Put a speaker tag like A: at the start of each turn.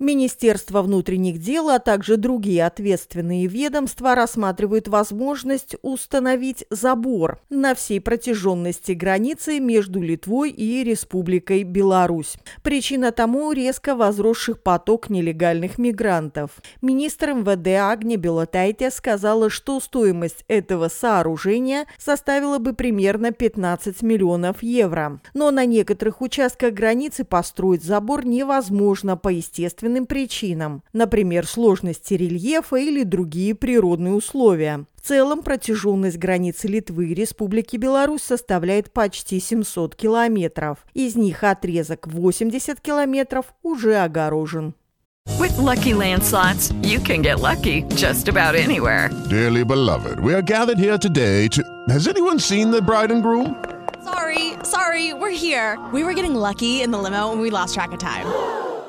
A: Министерство внутренних дел, а также другие ответственные ведомства рассматривают возможность установить забор на всей протяженности границы между Литвой и Республикой Беларусь. Причина тому – резко возросших поток нелегальных мигрантов. Министр МВД Агни Белотайте сказала, что стоимость этого сооружения составила бы примерно 15 миллионов евро. Но на некоторых участках границы построить забор невозможно по естественным естественным причинам, например, сложности рельефа или другие природные условия. В целом протяженность границы Литвы и Республики Беларусь составляет почти 700 километров. Из них отрезок 80 километров уже огорожен.
B: With lucky landslots, you can get lucky just about anywhere.
C: Dearly beloved, we are gathered here today to. Has anyone seen the bride and groom?
D: Sorry, sorry, we're here. We were getting lucky in the limo and we lost track of time.